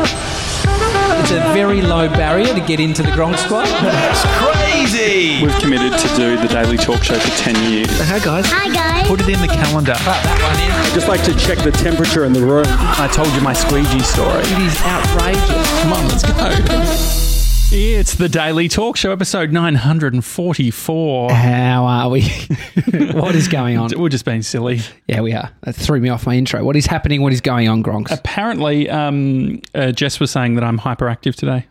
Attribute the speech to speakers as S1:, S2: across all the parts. S1: It's a very low barrier to get into the Gronk squad.
S2: That's crazy.
S3: We've committed to do the Daily Talk Show for 10 years.
S4: Hey guys,
S5: Hi guys.
S4: put it in the calendar.
S1: That
S3: Just like to check the temperature in the room. I told you my squeegee story.
S1: one is. It is outrageous. Come on, let's go.
S4: It's the Daily Talk Show, episode 944.
S1: How are we? what is going on?
S4: We're just being silly.
S1: Yeah, we are. That threw me off my intro. What is happening? What is going on, Gronks?
S4: Apparently, um, uh, Jess was saying that I'm hyperactive today.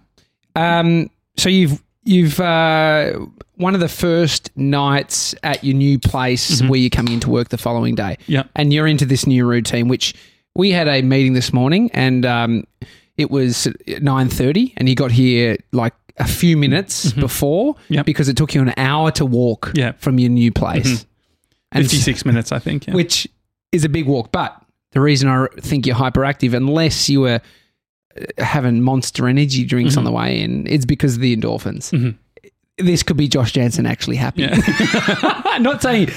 S1: Um, so you've you've uh, one of the first nights at your new place where you're coming into work the following day.
S4: Yeah.
S1: and you're into this new routine. Which we had a meeting this morning, and um, it was nine thirty, and he got here like a few minutes before
S4: Yep.
S1: because it took you an hour to walk
S4: Yeah.
S1: from your new place, and
S4: 56 minutes, I think. yeah.
S1: which is a big walk. But the reason I think you're hyperactive, unless you were uh, having monster energy drinks on the way in, it's because of the endorphins. This could be Josh Jansen actually happy. Not saying,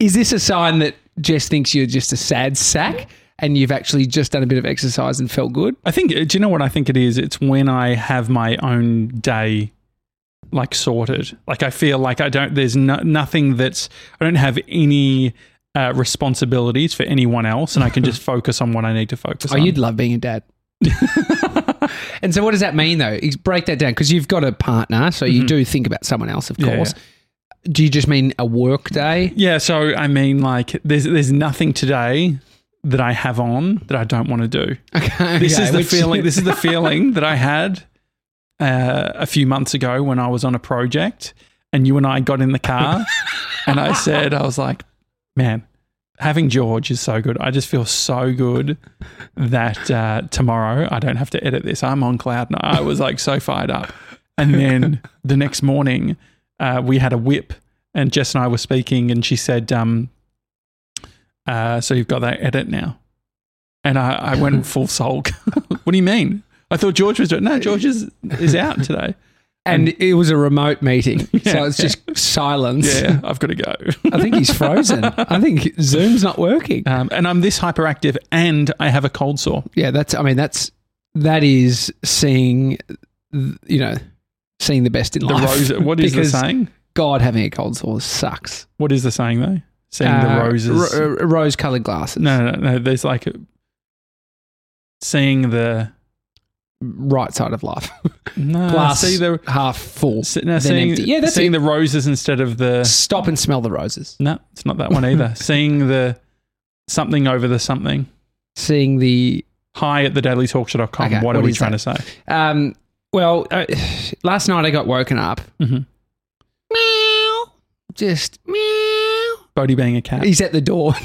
S1: is this a sign that Jess thinks you're just a sad sack and you've actually just done a bit of exercise and felt good?
S4: I think, do you know what I think it is? It's when I have my own day like sorted. Like I feel like I don't, there's no, nothing that's, I don't have any uh, responsibilities for anyone else and I can just focus on what I need to focus
S1: Oh,
S4: on.
S1: you'd love being a dad. and so, what does that mean, though? Ex- Break that down because you've got a partner, so you do think about someone else, of
S4: Yeah,
S1: course. Do you just mean a work day?
S4: Yeah, so I mean, like, there's there's nothing today that I have on that I don't want to do.
S1: Okay,
S4: This
S1: okay,
S4: is the
S1: which-
S4: feeling. This is the feeling that I had uh, a few months ago when I was on a project, and you and I got in the car, and I said, I was like, man, having George is so good. I just feel so good that uh, tomorrow I don't have to edit this. I'm on cloud, nine. I was like so fired up. And then the next morning, uh, we had a whip, and Jess and I were speaking, and she said, um, uh, "So you've got that edit now." And I, I went full sulk. what do you mean? I thought George was doing. No, George is is out today.
S1: and it was a remote meeting, so
S4: Yeah,
S1: it's just silence.
S4: Yeah, I've got to go.
S1: I think he's frozen. I think Zoom's not working.
S4: Um, and I'm this hyperactive, and I have a cold sore.
S1: Yeah, that's. I mean, that's that is seeing, th- you know, seeing the best in
S4: The
S1: life.
S4: rose. What is the
S1: Oh, Because
S4: saying?
S1: God having a cold sore sucks.
S4: What is the saying though? Seeing
S1: Uh,
S4: the roses.
S1: ro- uh, rose-colored glasses.
S4: no, no, no. There's like a, seeing the
S1: right side of life.
S4: no,
S1: Glass
S4: Uh, See the
S1: half full.
S4: see- no,
S1: then
S4: seeing,
S1: empty. Yeah, that's
S4: seeing
S1: it.
S4: the roses instead of the.
S1: Stop and smell the roses.
S4: No, it's not that one either. seeing the something over the something.
S1: Seeing the
S4: Hi at the dailytalkshow.com.
S1: Okay,
S4: what, are
S1: what
S4: we
S1: is
S4: trying
S1: that?
S4: to say?
S1: Um, well, uh, last night I got woken up.
S4: Mhm.
S1: Meow. Just meow.
S4: Bodhi being a cat.
S1: He's at the door.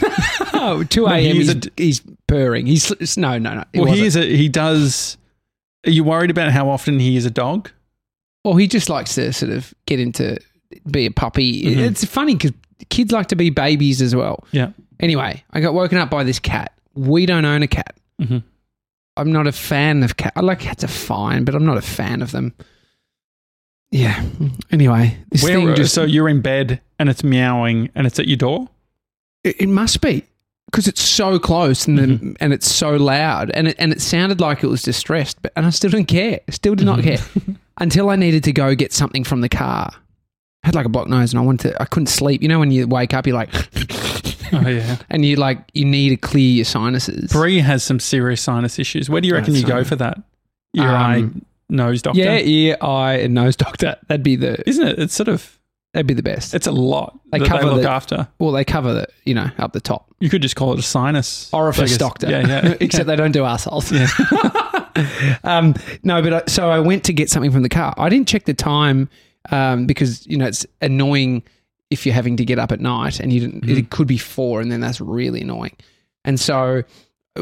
S1: Oh, 2
S4: he
S1: a.m.
S4: is
S1: He's,
S4: a d-
S1: he's purring. He's sl- no, no, no. it
S4: well, he
S1: wasn't.
S4: is. A, he does. Are you worried about how often he is a dog?
S1: Well, he just likes to sort of get into be a puppy.
S4: Mm-hmm.
S1: It's funny because kids like to be babies as well.
S4: Yeah.
S1: Anyway, I got woken up by this cat. We don't own a cat.
S4: Mhm.
S1: I'm not a fan of cat. I like cats are fine, but I'm not a fan of them. Yeah. Anyway, this
S4: Where,
S1: thing just
S4: so you're in bed and it's meowing and it's at your door.
S1: It, it must be because it's so close and
S4: Mm-hmm.
S1: then, and it's so loud and it, and it sounded like it was distressed, but and I still didn't care. Still did not care
S4: Mm-hmm.
S1: until I needed to go get something from the car. I had like a blocked nose and I wanted to. I couldn't sleep. You know when you wake up, you're like,
S4: Oh yeah.
S1: and you like you need to clear your sinuses.
S4: Bree has some serious sinus issues. Where do you reckon
S1: That's
S4: you go
S1: right.
S4: for that? Your
S1: Um,
S4: eye nose doctor.
S1: yeah, ear, eye, and nose doctor. That'd be the
S4: Isn't it? It's sort of
S1: that'd be the best.
S4: it's a lot
S1: They
S4: that
S1: cover
S4: they look
S1: the-
S4: after.
S1: Well, they cover the you know up the top
S4: You could just call it a sinus
S1: orifice
S4: Like a-
S1: doctor.
S4: Yeah, yeah.
S1: Except they don't do assholes. um, no, but I, so I went to get something from the car. I didn't check the time um, because you know it's annoying if you're having to get up at night and you didn't.
S4: Mm-hmm.
S1: It could be four, and then that's really annoying. And so,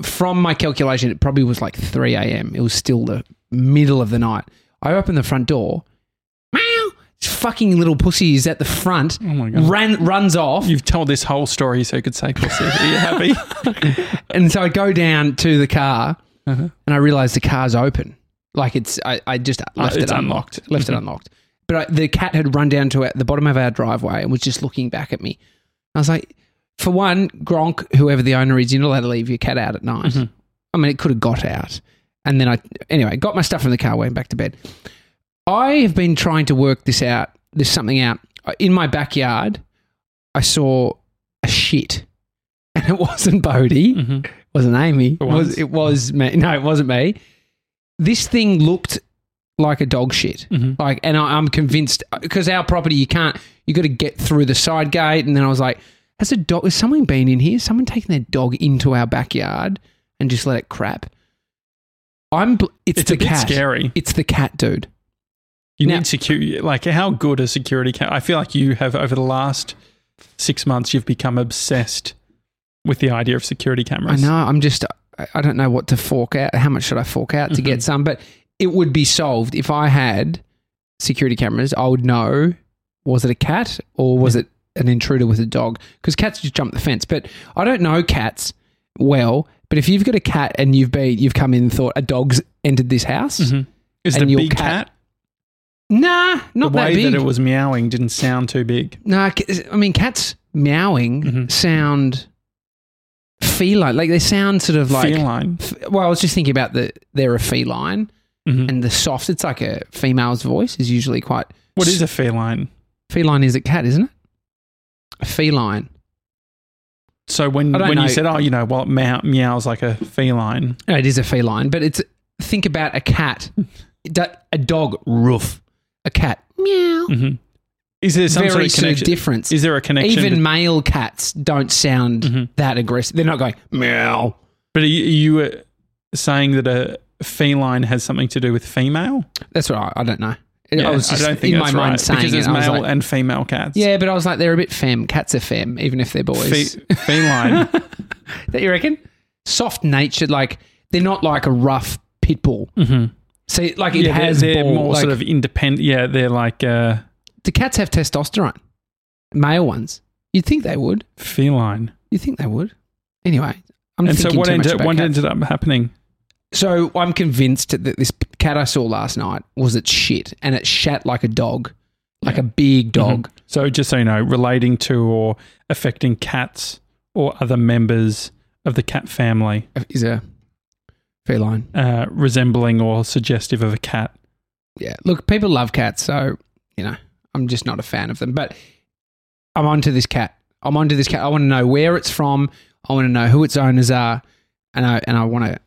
S1: from my calculation, it probably was like three a.m. It was still the middle of the night. I opened the front door. Meow! This Fucking little pussy is at the front.
S4: Oh my God.
S1: Ran runs off.
S4: You've told this whole story so you could say pussy. Are you happy?
S1: And so I go down to the car and I realize the car's open. Like it's, I, I just left
S4: it's
S1: it unlocked.
S4: unlocked.
S1: Left it
S4: Mhm.
S1: unlocked. But I, the cat had run down to the bottom of our driveway and was just looking back at me. I was like, for one, Gronk, whoever the owner is, you're not allowed to leave your cat out at night. I mean, it could have got out. And then I, anyway, got my stuff from the car, went back to bed. I have been trying to work this out, this something out. In my backyard, I saw a shit. And it wasn't Bodie,
S4: Mhm.
S1: wasn't Amy. It
S4: once.
S1: was, it was me. No, it wasn't me. This thing looked like a dog shit.
S4: Mhm.
S1: Like, and I, I'm convinced because our property, you can't, you got to get through the side gate. And then I was like, has a dog, has someone been in here? Someone taken their dog into our backyard and just let it crap? I'm, bl- it's,
S4: It's
S1: the
S4: a bit
S1: cat.
S4: scary.
S1: It's the cat, dude.
S4: You
S1: Now-
S4: need security. Like, how good a security cam? I feel like you have over the last six months, you've become obsessed with the idea of security
S1: I
S4: cameras.
S1: know. I'm just, I- I don't know what to fork out. How much should I fork out to
S4: Mm-hmm.
S1: get some? But it would be solved if I had security cameras. I would know was it a cat or was it an intruder with a dog? Because cats just jump the fence. But I don't know cats well. But if you've got a cat and you've been, you've come in and thought a dog's entered this house.
S4: Is
S1: And
S4: the
S1: your
S4: big
S1: cat-
S4: cat,
S1: Nah,
S4: Mm-hmm. the
S1: not that
S4: way
S1: big.
S4: that it was meowing didn't sound too big.
S1: No, I mean cats meowing
S4: Mm-hmm.
S1: sound feline, like they sound sort of like
S4: Feline.
S1: f- well, I was just thinking about the they're a feline
S4: Mhm.
S1: and the soft. It's like a female's voice is usually quite.
S4: What is a feline?
S1: feline? Is a cat, isn't it? A feline.
S4: So when
S1: I don't
S4: when
S1: know.
S4: you said, oh, you know, well, it meow, meows like a feline.
S1: No, it is a feline, but it's think about a cat, Do- a dog, roof, a cat, meow.
S4: Mhm. Is there some
S1: Very
S4: sort of
S1: sort of
S4: connection?
S1: difference.
S4: is there a connection? Mm-hmm.
S1: Even
S4: to-
S1: male cats don't sound that aggressive. They're not going meow.
S4: but are you, are you uh, saying that a feline has something to do with female?
S1: That's what I, I don't know. I
S4: Yeah,
S1: was just
S4: don't think
S1: in my
S4: that's
S1: mind
S4: right,
S1: saying
S4: because
S1: it.
S4: there's
S1: I was
S4: male
S1: like-
S4: and female cats.
S1: yeah, but I was like, they're a bit femme. Cats are femme, even if they're boys.
S4: Fe- feline.
S1: that you reckon? Soft natured, like they're not like a rough pit bull. Mm-hmm. So like it
S4: yeah, they're-
S1: has
S4: they're,
S1: ball,
S4: more
S1: like-
S4: sort of independent. Yeah, they're like uh,
S1: do cats have testosterone? Male ones. You'd think they would.
S4: feline.
S1: You'd think they would. Anyway, I'm
S4: And so
S1: thinking
S4: what
S1: too much
S4: ended
S1: about
S4: what
S1: cats.
S4: ended up happening?
S1: So I'm convinced that this cat I saw last night was its shit, and it shat like a dog, like a big
S4: Mm-hmm.
S1: dog.
S4: So just so you know, relating to or affecting cats or other members of the cat family,
S1: Is a feline.
S4: uh, resembling or suggestive of a cat.
S1: yeah, look, people love cats, so you know, I'm just not a fan of them. But I'm onto this cat. I'm onto this cat. I want to know where it's from. I want to know who its owners are, and I and I want to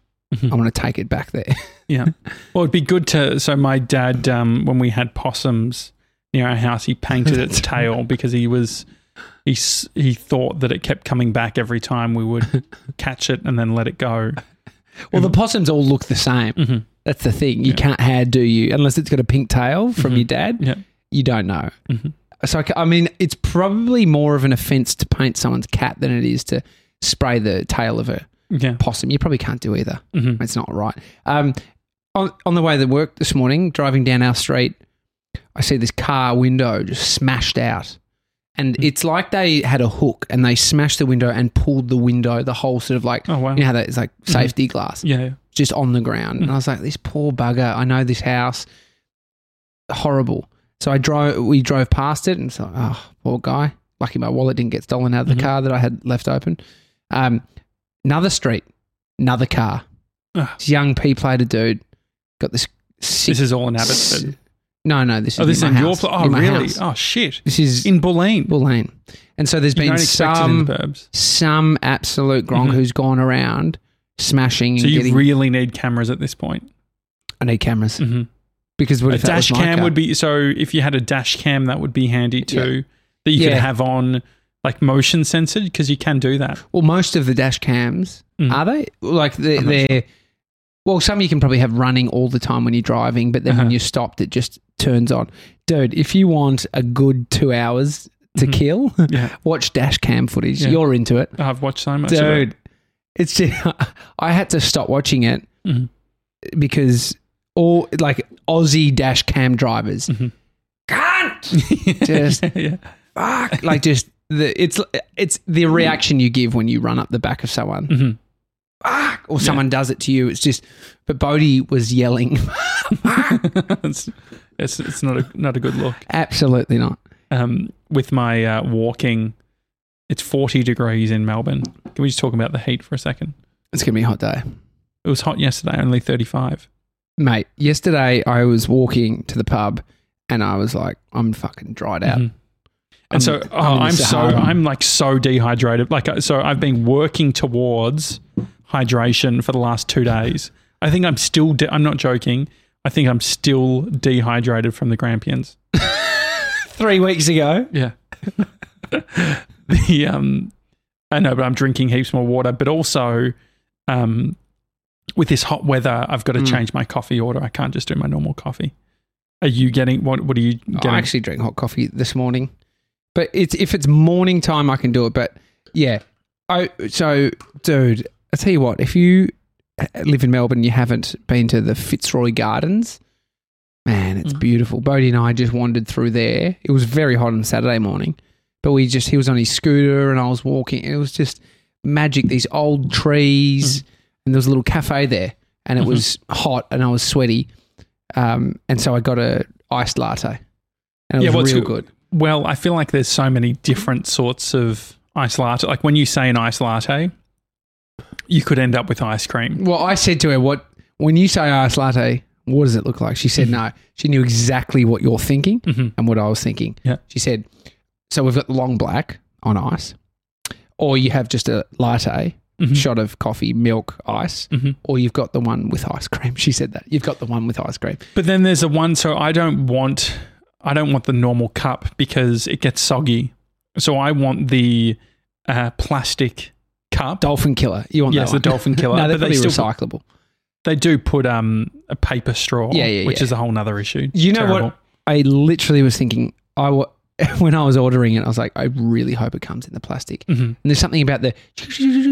S1: I want to take it back there.
S4: Yeah. well, it'd be good to. So my dad, um, when we had possums near our house, he painted its tail because he was. He, s- he thought that it kept coming back every time we would catch it and then let it go.
S1: well, the possums all look the same. That's the thing. You can't how do you unless it's got a pink tail from your dad.
S4: Yeah.
S1: You don't know. So I ca- I mean, it's probably more of an offence to paint someone's cat than it is to spray the tail of a
S4: Yeah. mm-hmm.
S1: possum. You probably can't do either.
S4: Mm.
S1: It's not right. Um, on, on the way to work this morning, driving down our street, I see this car window just smashed out. And
S4: Mm.
S1: it's like they had a hook and they smashed the window and pulled the window, the whole sort of like,
S4: Oh, wow.
S1: you know how that is like safety glass
S4: Yeah.
S1: just on the ground.
S4: Hmm.
S1: And I was like, this poor bugger. I know this house. Horrible. So I drove, we drove past it and thought, oh, poor guy. Lucky my wallet didn't get stolen out of the
S4: Mm-hmm.
S1: car that I had left open. Um, another street, another car.
S4: Ugh.
S1: This young pea plater dude got this sick.
S4: This is all in Abbotsford.
S1: no, no, this is
S4: Oh, this is
S1: near
S4: in
S1: my
S4: your
S1: house,
S4: place. Oh,
S1: near my
S4: really?
S1: house.
S4: Oh, shit.
S1: This is in
S4: In Boleyn.
S1: Bull Lane. And so there's
S4: You
S1: been
S4: don't expect it in the
S1: some
S4: burbs.
S1: some absolute gronk who's gone around smashing and
S4: So you
S1: getting.
S4: really need cameras at this point.
S1: I need cameras
S4: Mhm.
S1: because what Mm-hmm.
S4: A
S1: if that was
S4: dash
S1: my
S4: cam
S1: car?
S4: would be so. If you had a dash cam, that would be handy too. That you
S1: Yeah.
S4: could have on like motion censored because you can do that.
S1: Well, most of the dash cams
S4: Mm.
S1: are they like they're,
S4: I'm not
S1: they're well, some you can probably have running all the time when you're driving, but then when
S4: Uh-huh.
S1: you're stopped, it just turns on. Dude, if you want a good two hours to kill,
S4: Yeah.
S1: watch dash cam footage.
S4: Mm-hmm. Yeah.
S1: You're into it,
S4: I've watched so much. of it.
S1: dude. It's just, I had to stop watching it
S4: Mhm.
S1: because all like Aussie dash cam drivers
S4: Mm-hmm.
S1: can't just
S4: yeah.
S1: fuck like just the it's it's the reaction you give when you run up the back of someone
S4: Mm-hmm.
S1: fuck or someone does it to you it's just but bodhi was yelling
S4: it's, it's it's not a not a good look.
S1: absolutely not
S4: Um, with my uh, walking, it's forty degrees in Melbourne. Can we just talk about the heat for a second?
S1: it's gonna be a hot day
S4: It was hot yesterday, only 35.
S1: Mate, yesterday I was walking to the pub and I was like, I'm fucking dried out.
S4: Mhm. And so oh,
S1: in the
S4: I'm so
S1: Sahara.
S4: I'm like so dehydrated. Like uh, so I've been working towards hydration for the last 2 days. I think I'm still de- I'm not joking. I think I'm still dehydrated from the Grampians.
S1: three weeks ago.
S4: Yeah. the um I know, but I'm drinking heaps more water, but also um with this hot weather, I've got to
S1: Mm.
S4: change my coffee order. I can't just do my normal coffee. Are you getting what what are you getting?
S1: I actually drink hot coffee this morning, but it's if it's morning time, I can do it. But yeah, I so dude, I tell you what, if you uh, live in Melbourne, you haven't been to the Fitzroy Gardens. Man, it's
S4: Mhm.
S1: beautiful. Bodie and I just wandered through there. It was very hot on Saturday morning, but we just he was on his scooter and I was walking. It was just magic. These old trees
S4: Mm-hmm.
S1: and there was a little cafe there, and it was hot and I was sweaty, um, and so I got a iced latte. And it
S4: Yeah,
S1: was
S4: what's
S1: real
S4: your-
S1: good.
S4: Well, I feel like there's so many different sorts of ice latte. Like when you say an ice latte, you could end up with ice cream.
S1: Well, I said to her, "What when you say iced latte, what does it look like?" She said,
S4: Mm-hmm.
S1: "No." She knew exactly what you're thinking
S4: Mhm.
S1: and what I was thinking.
S4: Yeah.
S1: She said, "So we've got the long black on ice, or you have just a latte."
S4: Mhm.
S1: Shot of coffee, milk, ice,
S4: Mhm.
S1: or you've got the one with ice cream. She said that you've got the one with ice cream.
S4: But then there's the one. So I don't want, I don't want the normal cup because it gets soggy. So I want the uh, plastic cup.
S1: Dolphin killer, you want
S4: yes,
S1: that
S4: the
S1: one?
S4: dolphin killer.
S1: no, they're
S4: but they
S1: probably
S4: still
S1: recyclable.
S4: they do put um a paper straw.
S1: Yeah, yeah,
S4: which
S1: yeah.
S4: is a whole nother issue.
S1: You know
S4: Terrible.
S1: what? I literally was thinking. I wa- when I was ordering it, I was like, I really hope it comes in the plastic.
S4: Mm-hmm.
S1: And there's something about the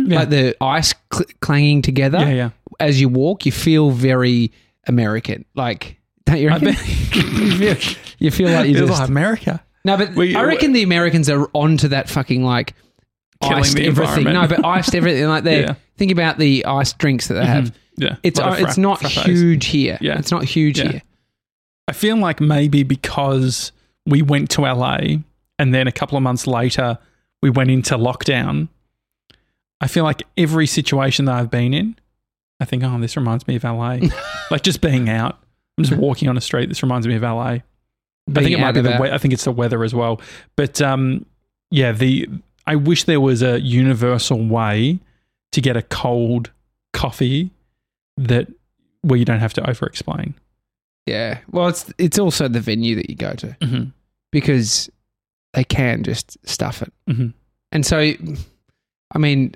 S1: like the ice cl- clanging together
S4: Yeah, yeah.
S1: as you walk. You feel very American. Like don't you?
S4: I
S1: Reckon?
S4: bet
S1: you, feel, you feel like you
S4: It's
S1: just
S4: like America.
S1: no, but
S4: We-
S1: I reckon the Americans are onto that fucking like
S4: Killing
S1: iced
S4: the
S1: everything. No,
S4: environment.
S1: but iced everything. Like they
S4: Yeah.
S1: think about the iced drinks that they have.
S4: Yeah,
S1: It's
S4: Lot of
S1: uh, it's
S4: fra-
S1: not
S4: frappes.
S1: huge here.
S4: Yeah.
S1: It's not huge
S4: Yeah.
S1: here.
S4: I feel like maybe because we went to LA and then a couple of months later we went into lockdown. I feel like every situation that I've been in, I think, oh, this reminds me of LA. like just being out, I'm just walking on a street. This reminds me of LA. I think
S1: Being
S4: it might
S1: out
S4: be
S1: of
S4: the
S1: our-
S4: we- I think it's the weather as well. But um, yeah, the I wish there was a universal way to get a cold coffee that where you don't have to over explain.
S1: Yeah. Well, it's it's also the venue that you go to because they can just stuff it.
S4: hmm
S1: And so, I mean,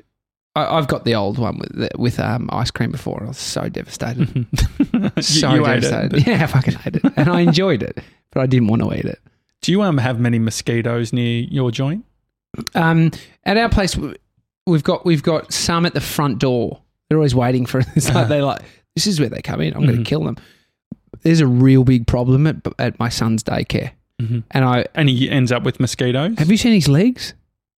S1: I, I've got the old one with the, with um, ice cream before, and I was so devastated.
S4: You-
S1: so
S4: you ate it,
S1: devastated.
S4: but
S1: yeah, I fucking ate it, and I enjoyed it, but I didn't want to eat it.
S4: Do you um have many mosquitoes near your joint?
S1: Um, at our place, w- we've got we've got some at the front door. They're always waiting for it's like they like this is where they come in. I'm going
S4: Mhm.
S1: to kill them. There's a real big problem at at my son's daycare,
S4: Mhm.
S1: and I
S4: And he ends up with mosquitoes.
S1: have you seen his legs,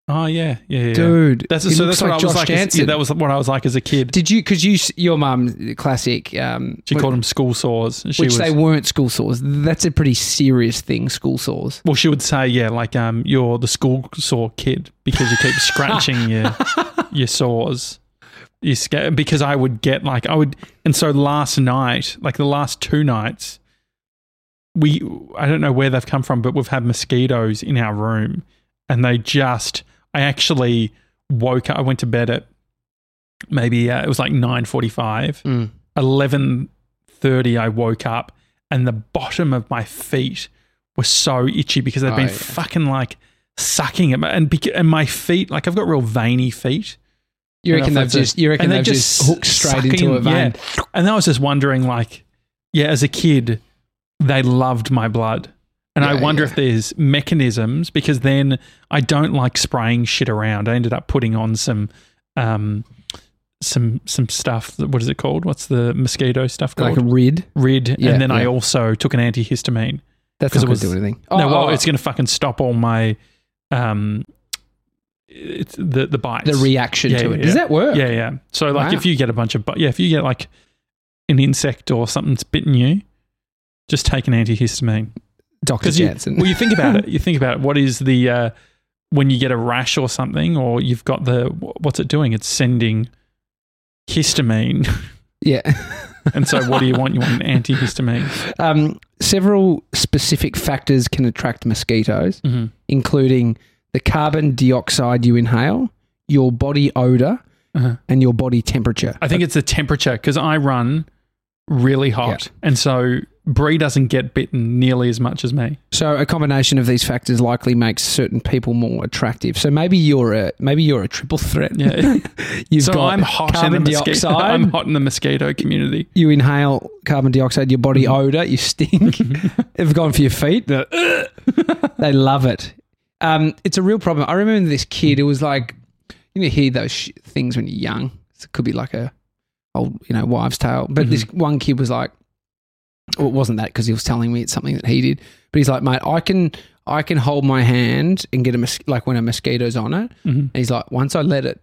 S4: oh yeah, yeah, yeah.
S1: dude?
S4: That's
S1: he
S4: so.
S1: looks
S4: That's what I was
S1: Josh
S4: like. As, yeah,
S1: Jansen.
S4: that was what I was like as a kid.
S1: Did you? Because you, s- your mum, classic. Um,
S4: She
S1: what-
S4: called them school sores. and She
S1: which
S4: was,
S1: they weren't school sores. That's a pretty serious thing, school sores.
S4: Well, she would say, yeah, like um, you're the school sore kid because you keep scratching your your sores. You sca- because I would get like I would, and so last night, like the last two nights, we I don't know where they've come from, but we've had mosquitoes in our room, and they just I actually woke up. I went to bed at maybe uh, it was like nine forty five, eleven thirty, I woke up and the bottom of my feet were so itchy because they've
S1: Oh,
S4: been
S1: yeah.
S4: fucking like sucking at my and bec- and my feet like I've got real veiny feet.
S1: You
S4: And
S1: reckon
S4: I've
S1: they've
S4: had to-
S1: just you reckon
S4: and they
S1: they've just, hooked straight
S4: suck
S1: into
S4: in-
S1: a vein?
S4: yeah. And I was just wondering, like, yeah, as a kid, they loved my blood. And I
S1: Yeah,
S4: wonder
S1: yeah.
S4: if there's mechanisms because then I don't like spraying shit around. I ended up putting on some um some some stuff that- what is it called? What's the mosquito stuff called?
S1: Like a rid.
S4: Rid.
S1: Yeah,
S4: and then I
S1: yeah. Oh,
S4: also took an antihistamine.
S1: That's
S4: 'Cause
S1: not going
S4: it
S1: to do
S4: was-
S1: anything.
S4: no, well, it's going to fucking stop all my um, it's the the bites.
S1: the reaction
S4: Yeah,
S1: to
S4: yeah,
S1: it. Does
S4: yeah.
S1: that work?
S4: yeah, yeah. So like,
S1: Wow.
S4: if you get a bunch of, bu- yeah, if you get like an insect or something's bitten you, just take an antihistamine.
S1: Doctor
S4: you,
S1: Jansen.
S4: well, you think about it. You think about it. What is the uh, when you get a rash or something, or you've got the wh- what's it doing? It's sending histamine
S1: Yeah.
S4: And so, what do you want? You want an antihistamine.
S1: Um, several specific factors can attract mosquitoes,
S4: Mhm.
S1: including the carbon dioxide you inhale, your body odor,
S4: Uh-huh.
S1: and your body temperature.
S4: I think it's the temperature because I run really hot, and so Bree doesn't get bitten nearly as much as me.
S1: So a combination of these factors likely makes certain people more attractive. So maybe you're a maybe you're a triple threat.
S4: Yeah.
S1: You've
S4: so
S1: got
S4: I'm hot in the
S1: carbon
S4: mosquito.
S1: dioxide.
S4: I'm hot in the mosquito community.
S1: you inhale carbon dioxide, your body odor, you stink. They've gone for your feet. They're, "Ugh." they love it. Um, it's a real problem. I remember this kid. It was like you know you hear those sh- things when you're young. So it could be like a old you know wives' tale. But this one kid was like, well, it wasn't that because he was telling me it's something that he did. But he's like, mate, I can I can hold my hand and get a mos- like when a mosquito's on it. And he's like, once I let it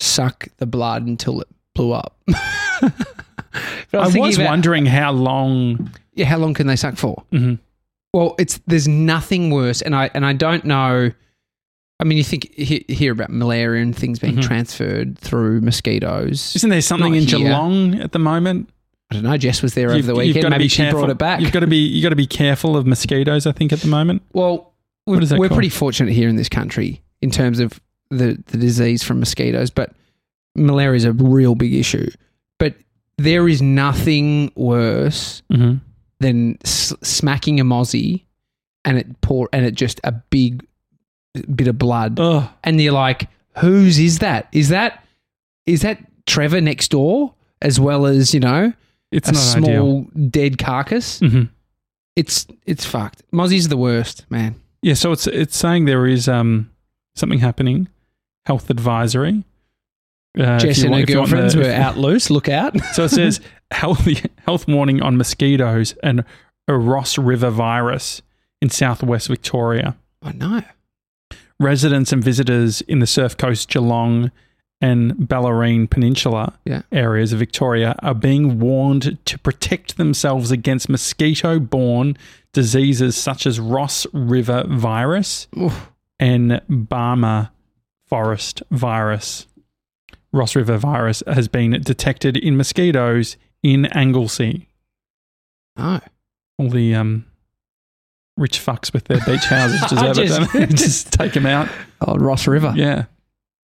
S1: suck the blood until it blew up. But
S4: I
S1: thinking
S4: was
S1: about-
S4: wondering how long.
S1: yeah, how long can they suck for?
S4: Mhm.
S1: Well, it's there's nothing worse, and I and I don't know. I mean, you think he, hear about malaria and things
S4: Mm-hmm.
S1: being transferred through mosquitoes.
S4: Isn't there something
S1: Not
S4: in
S1: here.
S4: Geelong at the moment?
S1: I don't know. Jess was there over the
S4: You've- you've
S1: weekend.
S4: gotta
S1: Maybe
S4: be
S1: she
S4: careful-
S1: brought it back.
S4: You've got to be you got to be careful of mosquitoes. I think at the moment.
S1: well,
S4: What is that
S1: we're
S4: called?
S1: pretty fortunate here in this country in terms of the the disease from mosquitoes, but malaria is a real big issue. But there is nothing worse
S4: Mhm.
S1: than s- smacking a mozzie and it pour and it just a big bit of blood
S4: Ugh.
S1: and you're like whose is that is that is that trevor next door as well as you know
S4: It's
S1: a
S4: not ideal.
S1: small dead carcass
S4: Mhm.
S1: it's it's fucked mozzies are the worst man
S4: Yeah, so it's it's saying there is um something happening, health advisory. Uh, if
S1: jess
S4: you
S1: and
S4: want-
S1: her
S4: if you want the-
S1: girlfriends were
S4: if-
S1: out loose look out
S4: So it says healthy health warning on mosquitoes and a Ross River virus in southwest Victoria.
S1: i know
S4: Residents and visitors in the Surf Coast, Geelong, and Ballerine Peninsula
S1: Yeah.
S4: areas of Victoria are being warned to protect themselves against mosquito-borne diseases such as Ross River virus
S1: Oof.
S4: and Barmer forest virus, Ross River virus, has been detected in mosquitoes in Anglesey.
S1: no
S4: All the um, rich fucks with their beach houses
S1: I
S4: deserve
S1: just-
S4: it. Don't they? just take them out.
S1: oh ross river
S4: Yeah.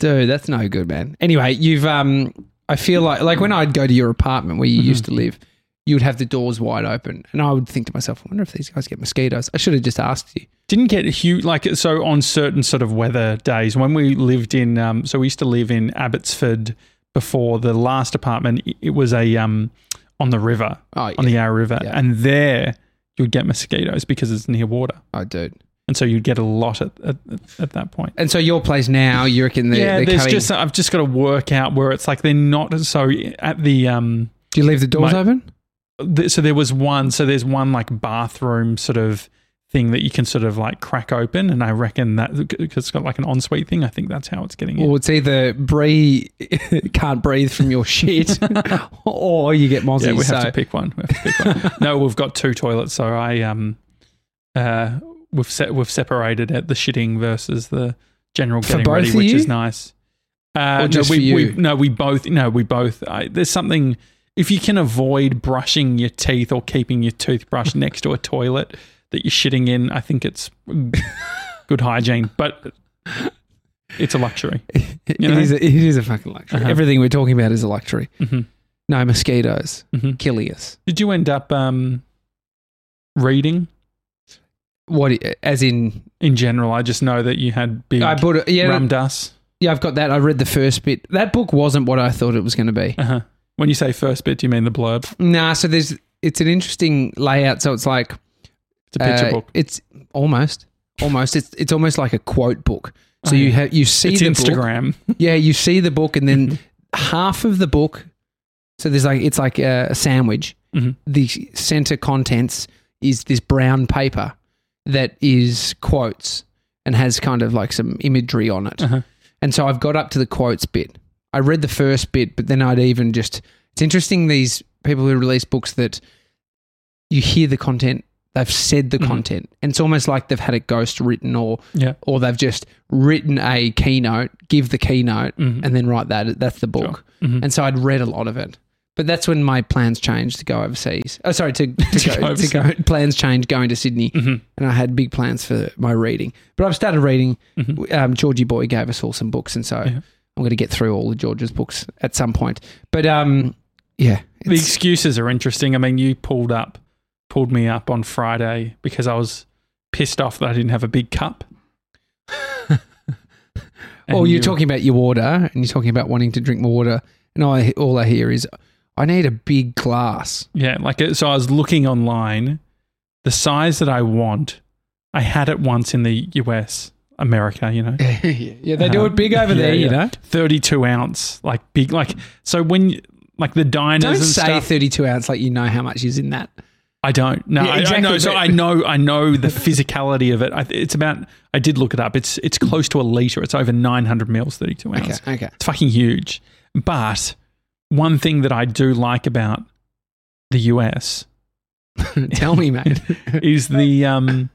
S1: Dude, that's no good, man. Anyway, you've um I feel like like when I'd go to your apartment where you
S4: Mm-hmm.
S1: used to live, you would have the doors wide open. And I would think to myself, I wonder if these guys get mosquitoes. I should have just asked you.
S4: Didn't get huge, like, so on certain sort of weather days when we lived in, um, so we used to live in Abbotsford before the last apartment. It- It was a, um, on the river,
S1: Oh yeah.
S4: on the Yarra River.
S1: Yeah.
S4: And there you'd get mosquitoes because it's near water.
S1: oh dude.
S4: and so you'd get a lot at, at, at that point.
S1: And so your place now, you reckon they're,
S4: yeah,
S1: they're
S4: there's
S1: coming
S4: just I've just got to work out where it's like they're not so at the um.
S1: Do you leave the doors
S4: Mate.
S1: open?
S4: Th- so there was one. So there's one like bathroom sort of thing that you can sort of like crack open, and I reckon that because it's got like an ensuite thing. I think that's how it's getting in.
S1: Or it's either Bree can't breathe from your shit or you get mozzies.
S4: yeah, we have
S1: so-
S4: to pick one. We have to pick one. no, we've got two toilets, so I um, uh, we've set we've separated it the shitting versus the general
S1: For
S4: getting
S1: both
S4: ready,
S1: of
S4: which
S1: you?
S4: is nice. Uh,
S1: Or just
S4: no, we,
S1: for you?
S4: we no, we both no, we both. I, there's something if you can avoid brushing your teeth or keeping your toothbrush next to a toilet that you're shitting in, I think it's good hygiene, but it's a luxury.
S1: It-
S4: you
S1: it,
S4: know?
S1: is a, it is a fucking luxury.
S4: Uh-huh.
S1: Everything we're talking about is a luxury.
S4: Mhm.
S1: No mosquitoes.
S4: Mhm.
S1: Killing us.
S4: Did you end up um, reading?
S1: What as in
S4: In general, I just know that you had big.
S1: I bought it. Yeah,
S4: Ram Dass.
S1: yeah, I've got that. I read the first bit. That book wasn't what I thought it was going to be.
S4: Uh-huh. When you say first bit, do you mean the blurb?
S1: Nah, so there's it's an interesting layout. So it's like
S4: It's a picture
S1: uh,
S4: book.
S1: It's almost almost it's it's almost like a quote book. So
S4: Oh,
S1: you
S4: yeah.
S1: have you see
S4: It's
S1: the
S4: Instagram.
S1: book. Yeah, you see the book, and then half of the book. So there's like it's like a, a sandwich.
S4: Mhm.
S1: The center contents is this brown paper that is quotes and has kind of like some imagery on it.
S4: Uh-huh.
S1: And so I've got up to the quotes bit. I read the first bit, but then I'd even just. It's interesting these people who release books that you hear the content, they've said the content, and it's almost like they've had a ghost written or
S4: Yeah.
S1: or they've just written a keynote, give the keynote,
S4: Mhm.
S1: and then write that. That's the book.
S4: Mhm.
S1: And so I'd read a lot of it, But that's when my plans changed to go overseas. Oh, sorry, to, to,
S4: To
S1: go, Mm-hmm.
S4: go
S1: to go. Plans changed going to Sydney, and I had big plans for my reading. But I've started reading. Um, Georgie Boy gave us all some books, and so I'm going to get through all of George's books at some point. But um, yeah,
S4: The
S1: it's,
S4: excuses are interesting. I mean, you pulled up, pulled me up on Friday because I was pissed off that I didn't have a big cup.
S1: oh,
S4: And
S1: you're
S4: you-
S1: talking about your water, and you're talking about wanting to drink more water, and I all I hear is, I need a big glass.
S4: Yeah, like uh, so. I was looking online, the size that I want. I had it once in the US, America. You know,
S1: Uh-huh. yeah, they do
S4: Uh,
S1: it big over
S4: yeah,
S1: there, you
S4: yeah.
S1: know.
S4: thirty-two ounce, like big, like so when you- like the diners
S1: Don't
S4: and
S1: say
S4: stuff.
S1: 32 ounce like you know how much is in that.
S4: I don't. No,
S1: Yeah,
S4: I-
S1: exactly,
S4: I know. So
S1: but-
S4: I know. I know the physicality of it. I, it's about. I did look it up. It's it's close to a liter. It's over nine hundred mils, thirty-two ounce.
S1: okay.
S4: It's fucking huge. But one thing that I do like about the US
S1: Tell me, mate.
S4: is the um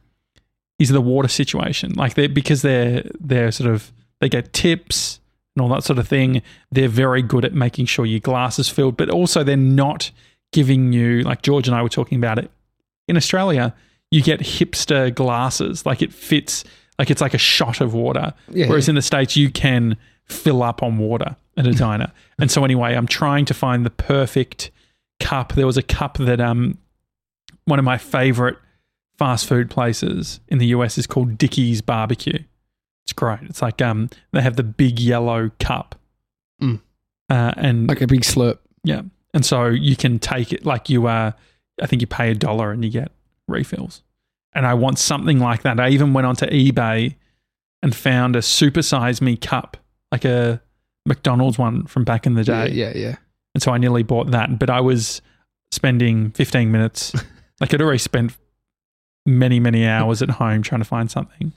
S4: is the water situation. Like they because they're they're sort of they get tips and all that sort of thing. They're very good at making sure your glass is filled, but also they're not giving you like George and I were talking about it. In Australia, you get hipster glasses. Like it fits like it's like a shot of water.
S1: Yeah,
S4: Whereas
S1: yeah.
S4: in the States you can fill up on water at a diner. and so anyway, I'm trying to find the perfect cup. There was a cup that um one of my favorite fast food places in the US is called Dickie's Barbecue. It's great. It's like um they have the big yellow cup.
S1: Mm.
S4: Uh, and
S1: like a big slurp.
S4: yeah. And so you can take it like you uh I think you pay a dollar and you get refills. And I want something like that. I even went onto eBay and found a supersize me cup, like a McDonald's one from back in the day.
S1: Yeah, yeah.
S4: And so I nearly bought that, but I was spending 15 minutes. like I'd already spent many, many hours at home trying to find something.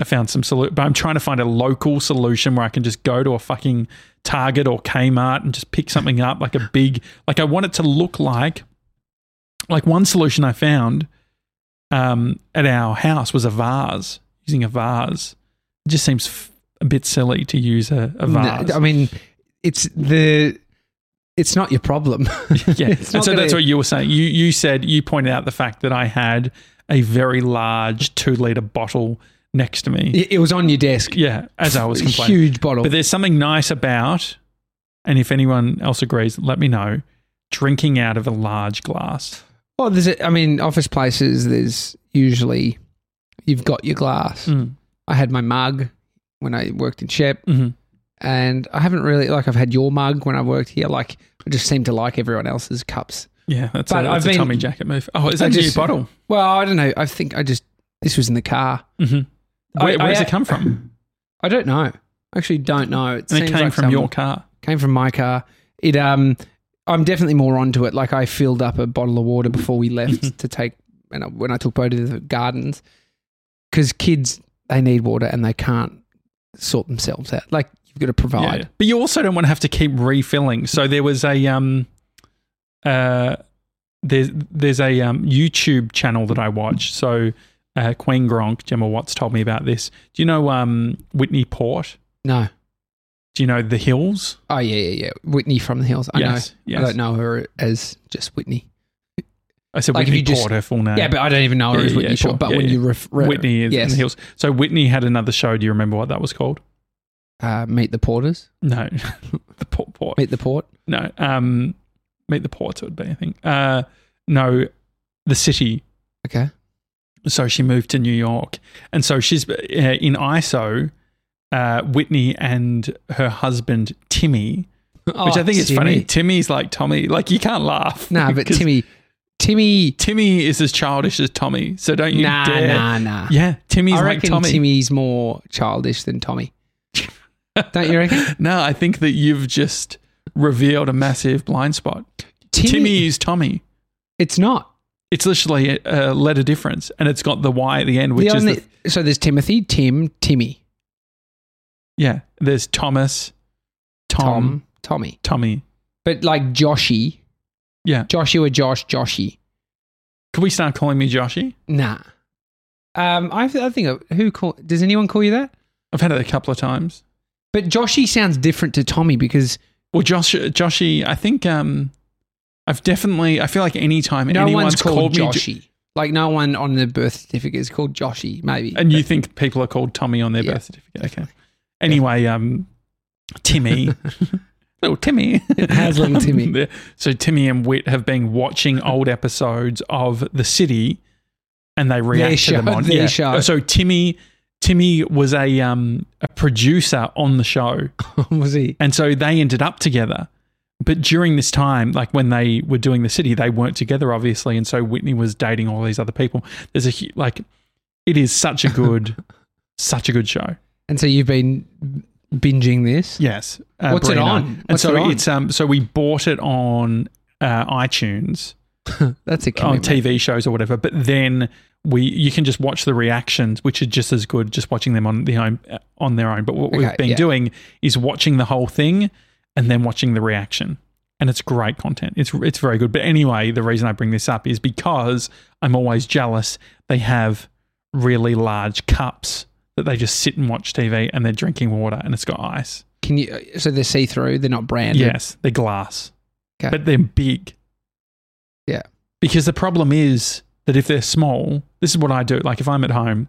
S4: I found some solution, but I'm trying to find a local solution where I can just go to a fucking Target or Kmart and just pick something up, like a big, like I want it to look like, like one solution I found um, at our house was a vase, using a vase. It just seems f- a bit silly to use a, a
S1: No,
S4: vase.
S1: I mean, it's the. It's not your problem.
S4: Yeah.
S1: It's
S4: and
S1: not
S4: so
S1: gonna-
S4: that's what you were saying. You you said you pointed out the fact that I had a very large two liter bottle next to me.
S1: It it was on your desk.
S4: Yeah, as I was
S1: A
S4: complaining.
S1: huge bottle.
S4: But there's something nice about, and if anyone else agrees, let me know. Drinking out of a large glass.
S1: Well, there's. A, I mean, office places. There's usually, you've got your glass.
S4: Mm.
S1: I had my mug when I worked in Shep,
S4: Mhm.
S1: and I haven't really like. I've had your mug when I worked here. Like, I just seem to like everyone else's cups.
S4: Yeah, that's, a,
S1: But I've
S4: that's a
S1: been-
S4: Tommy Jacket move. Oh, is that
S1: I
S4: a new
S1: just-
S4: bottle?
S1: Well, I don't know. I think I just. This was in the car. Mm-hmm. I-
S4: Where, where
S1: I-
S4: does it come from?
S1: I don't know. I actually don't know. It
S4: And it
S1: seems
S4: came
S1: like
S4: from
S1: someone-
S4: your car.
S1: came from my car. It um, I'm definitely more onto it. Like I filled up a bottle of water before we
S4: Mm-hmm.
S1: left to take, and I- when I took Bo to the gardens, because kids they need water and they can't sort themselves out. Like you've got to
S4: Yeah.
S1: provide.
S4: But you also don't want to have to keep refilling. So there was a um uh there's there's a um YouTube channel that I watch. So uh, Queen Gronk, Gemma Watts told me about this. Do you know um Whitney Port?
S1: No.
S4: Do you know The Hills?
S1: Oh yeah, yeah, yeah. Whitney from the hills. I
S4: Yes,
S1: know.
S4: yes.
S1: I don't know her as just Whitney.
S4: I said
S1: Like, if
S4: Whitney
S1: you just-
S4: Port, her full name.
S1: yeah, but I don't even know her
S4: Uh, Yeah,
S1: as
S4: yeah,
S1: Whitney.
S4: sure.
S1: Port, but
S4: Yeah,
S1: when
S4: yeah.
S1: you refer
S4: Whitney is in the Hills. So Whitney had another show. Do you remember what that was called?
S1: uh, meet the porters,
S4: No, the Port Port.
S1: meet the port.
S4: No, um, Meet the Ports it would be. I think. Uh, no, the City.
S1: Okay.
S4: so she moved to New York, and so she's uh, in ISO. Uh, Whitney and her husband Timmy, which I think is funny. Timmy's like Tommy, like you can't laugh.
S1: Oh, Nah, but
S4: 'Cause
S1: Timmy, Timmy.
S4: Timmy is as childish as Tommy, so don't you
S1: Nah,
S4: dare.
S1: nah, nah.
S4: Yeah, Timmy's
S1: I
S4: like
S1: reckon
S4: Tommy.
S1: Timmy's more childish than Tommy. Don't you reckon?
S4: No, I think that you've just revealed a massive blind spot.
S1: Timmy,
S4: Timmy is Tommy.
S1: it's not.
S4: It's literally a, a letter difference, and it's got the Y at the end, which
S1: the
S4: is
S1: only,
S4: the,
S1: so there's Timothy, Tim, Timmy,
S4: yeah. There's Thomas, Tom,
S1: Tom, Tommy.
S4: Tommy.
S1: But like Joshy,
S4: Yeah.
S1: Joshua, Josh, Joshy.
S4: Can we start calling me Joshy?
S1: Nah. Um, I, I think who call, does anyone call you that?
S4: I've had it a couple of times.
S1: But Joshy sounds different to Tommy because
S4: Well, Josh, Joshy, I think um, I've definitely. I feel like any time
S1: No
S4: anyone's
S1: one's called,
S4: called, me, Jo-
S1: Joshy. like no one on their birth certificate is called Joshy. Maybe.
S4: and you think people are called Tommy on their
S1: Yeah,
S4: birth certificate. Okay. Anyway, um, Timmy, little Timmy,
S1: How's little Timmy?
S4: Yeah. so Timmy and Wit have been watching old episodes of The City, and they react to
S1: show-
S4: them on
S1: their show.
S4: So Timmy, Timmy was a um a producer on the show.
S1: was he?
S4: And so they ended up together. But during this time, like when they were doing the city, they weren't together, obviously. And so Whitney was dating all these other people. There's a, hu- like, it is such a good, such a good show.
S1: And so you've been binging this.
S4: Yes. uh,
S1: What's it
S4: Brina.
S1: on?
S4: and
S1: What's
S4: so
S1: it on?
S4: it's, um, so we bought it on uh, iTunes,
S1: That's a
S4: on
S1: commitment.
S4: TV shows or whatever. But then we, you can just watch the reactions, which are just as good, just watching them on the own, uh, on their own. But what
S1: Okay,
S4: we've been
S1: yeah.
S4: doing is watching the whole thing and then watching the reaction. and it's great content. It's it's very good. But anyway, the reason I bring this up is because I'm always jealous. They have really large cups that they just sit and watch TV, and they're drinking water, and it's got ice.
S1: Can you? So they're see through. They're not branded.
S4: yes, they're glass,
S1: Okay.
S4: but they're big.
S1: Yeah.
S4: Because the problem is that if they're small, this is what I do. Like if I'm at home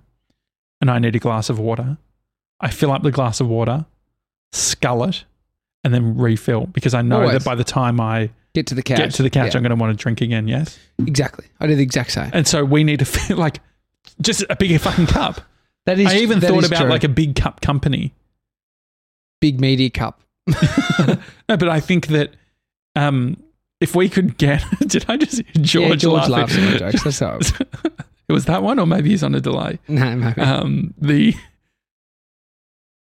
S4: and I need a glass of water, I fill up the glass of water, scull it, and then refill because I know
S1: Always.
S4: that by the time I
S1: Get to the couch.
S4: get to the couch,
S1: Yeah,
S4: I'm going to want to drink again. Yes.
S1: exactly. I do the exact same.
S4: And so we need to feel like just a bigger fucking cup.
S1: That is.
S4: I even
S1: that
S4: thought
S1: is
S4: about
S1: true.
S4: like a big cup company.
S1: big media cup.
S4: No, but I think that um, if we could get, did I just George,
S1: yeah, George laughs at
S4: laughing?
S1: my jokes. That's all.
S4: It was that one, or maybe he's on a delay.
S1: no, maybe.
S4: Um, the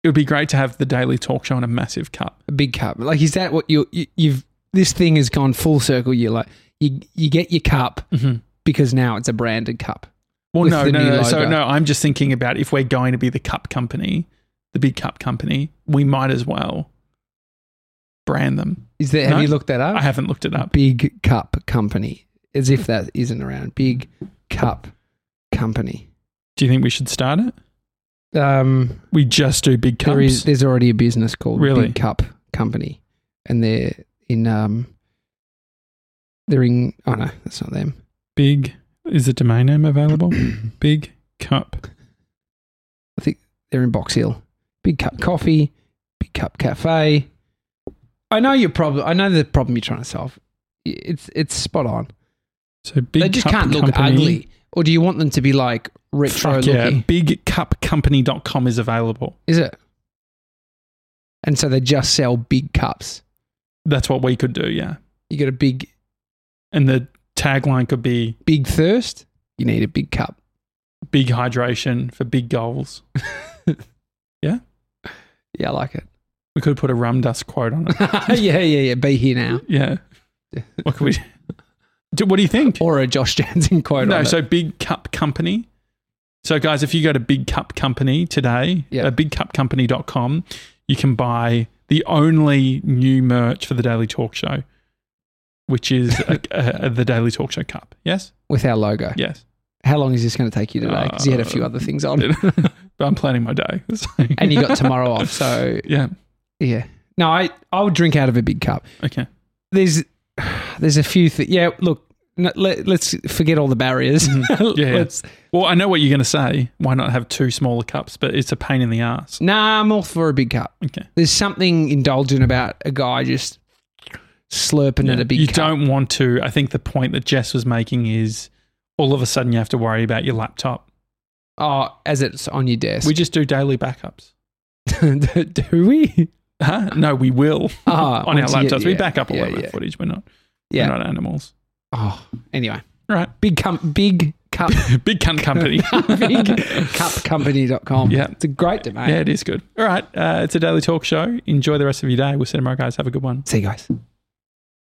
S4: it would be great to have the daily talk show in a massive cup.
S1: a big cup. Like, is that what you, you you've? This thing has gone full circle. You're like, you you get your cup because now it's a branded cup. Mm-hmm.
S4: Well,
S1: With
S4: no,
S1: the
S4: no,
S1: new
S4: no. So
S1: logo.
S4: no, I'm just thinking about if we're going to be the cup company, the big cup company, we might as well brand them.
S1: Is there? Have
S4: No.
S1: you looked that up?
S4: I haven't looked it up.
S1: Big cup company, as if that isn't around. Big cup company.
S4: Do you think we should start it?
S1: Um,
S4: We just do big cups.
S1: there is. There's already a business called
S4: Really?
S1: Big Cup Company, and they're in um. They're in. Oh no, that's not them.
S4: big is the domain name available? big cup.
S1: They're in Box Hill. Big Cup Coffee, Big Cup Cafe. I know your problem. I know the problem you're trying to solve. It's it's spot on.
S4: So big.
S1: they just
S4: cup
S1: can't look
S4: company.
S1: ugly. Or do you want them to be like retro
S4: Fuck yeah.
S1: looking?
S4: Bigcupcompany.com is available.
S1: Is it? And so they just sell big cups.
S4: That's what we could do. Yeah,
S1: You got a big
S4: and the tagline could be
S1: big thirst. You need a big cup.
S4: "Big hydration for big goals."
S1: Yeah, I like it.
S4: We could put a rum dust quote on it.
S1: yeah, yeah, yeah. Be here now.
S4: yeah. What could we? Do, what do you think?
S1: Or a Josh Jansen quote.
S4: No,
S1: on it.
S4: so Big Cup Company. So, guys, if you go to Big Cup Company today,
S1: Yeah.
S4: uh, bigcupcompany.com, you can buy the only new merch for the Daily Talk Show, which is a, a, a- the Daily Talk Show Cup. Yes?
S1: with our logo.
S4: Yes.
S1: How long is this going to take you today? Because you had a few
S4: Uh,
S1: other things on,
S4: but I'm planning my day. So-
S1: and you got tomorrow off. So
S4: yeah.
S1: yeah. No, I I would drink out of a big cup.
S4: Okay.
S1: There's there's a few things. Yeah, look. No, let, let's forget all the barriers.
S4: Mm-hmm. Yeah.
S1: Let's-
S4: Well, I know what you're going to say. Why not have two smaller cups? But it's a pain in the ass.
S1: Nah, I'm all for a big cup.
S4: Okay.
S1: There's something indulgent about a guy just slurping at a big
S4: you
S1: cup.
S4: don't want to. I think the point that Jess was making is all of a sudden you have to worry about your laptop.
S1: Oh, as it's on your desk.
S4: We just do daily backups.
S1: Do we?
S4: Huh? No, we will
S1: Ah,
S4: on our
S1: once you get-
S4: laptops. we
S1: yeah,
S4: back up all
S1: yeah,
S4: of our
S1: yeah.
S4: footage. We're not.
S1: Yeah.
S4: We're not animals.
S1: Oh, anyway.
S4: Right.
S1: Big cup. Big cup.
S4: Big cunt company.
S1: big cup company.com.
S4: Yeah.
S1: It's a great domain.
S4: yeah, it is good. All right. Uh, it's a daily talk show. Enjoy the rest of your day. We'll see you tomorrow, guys. Have a good one.
S1: See you guys.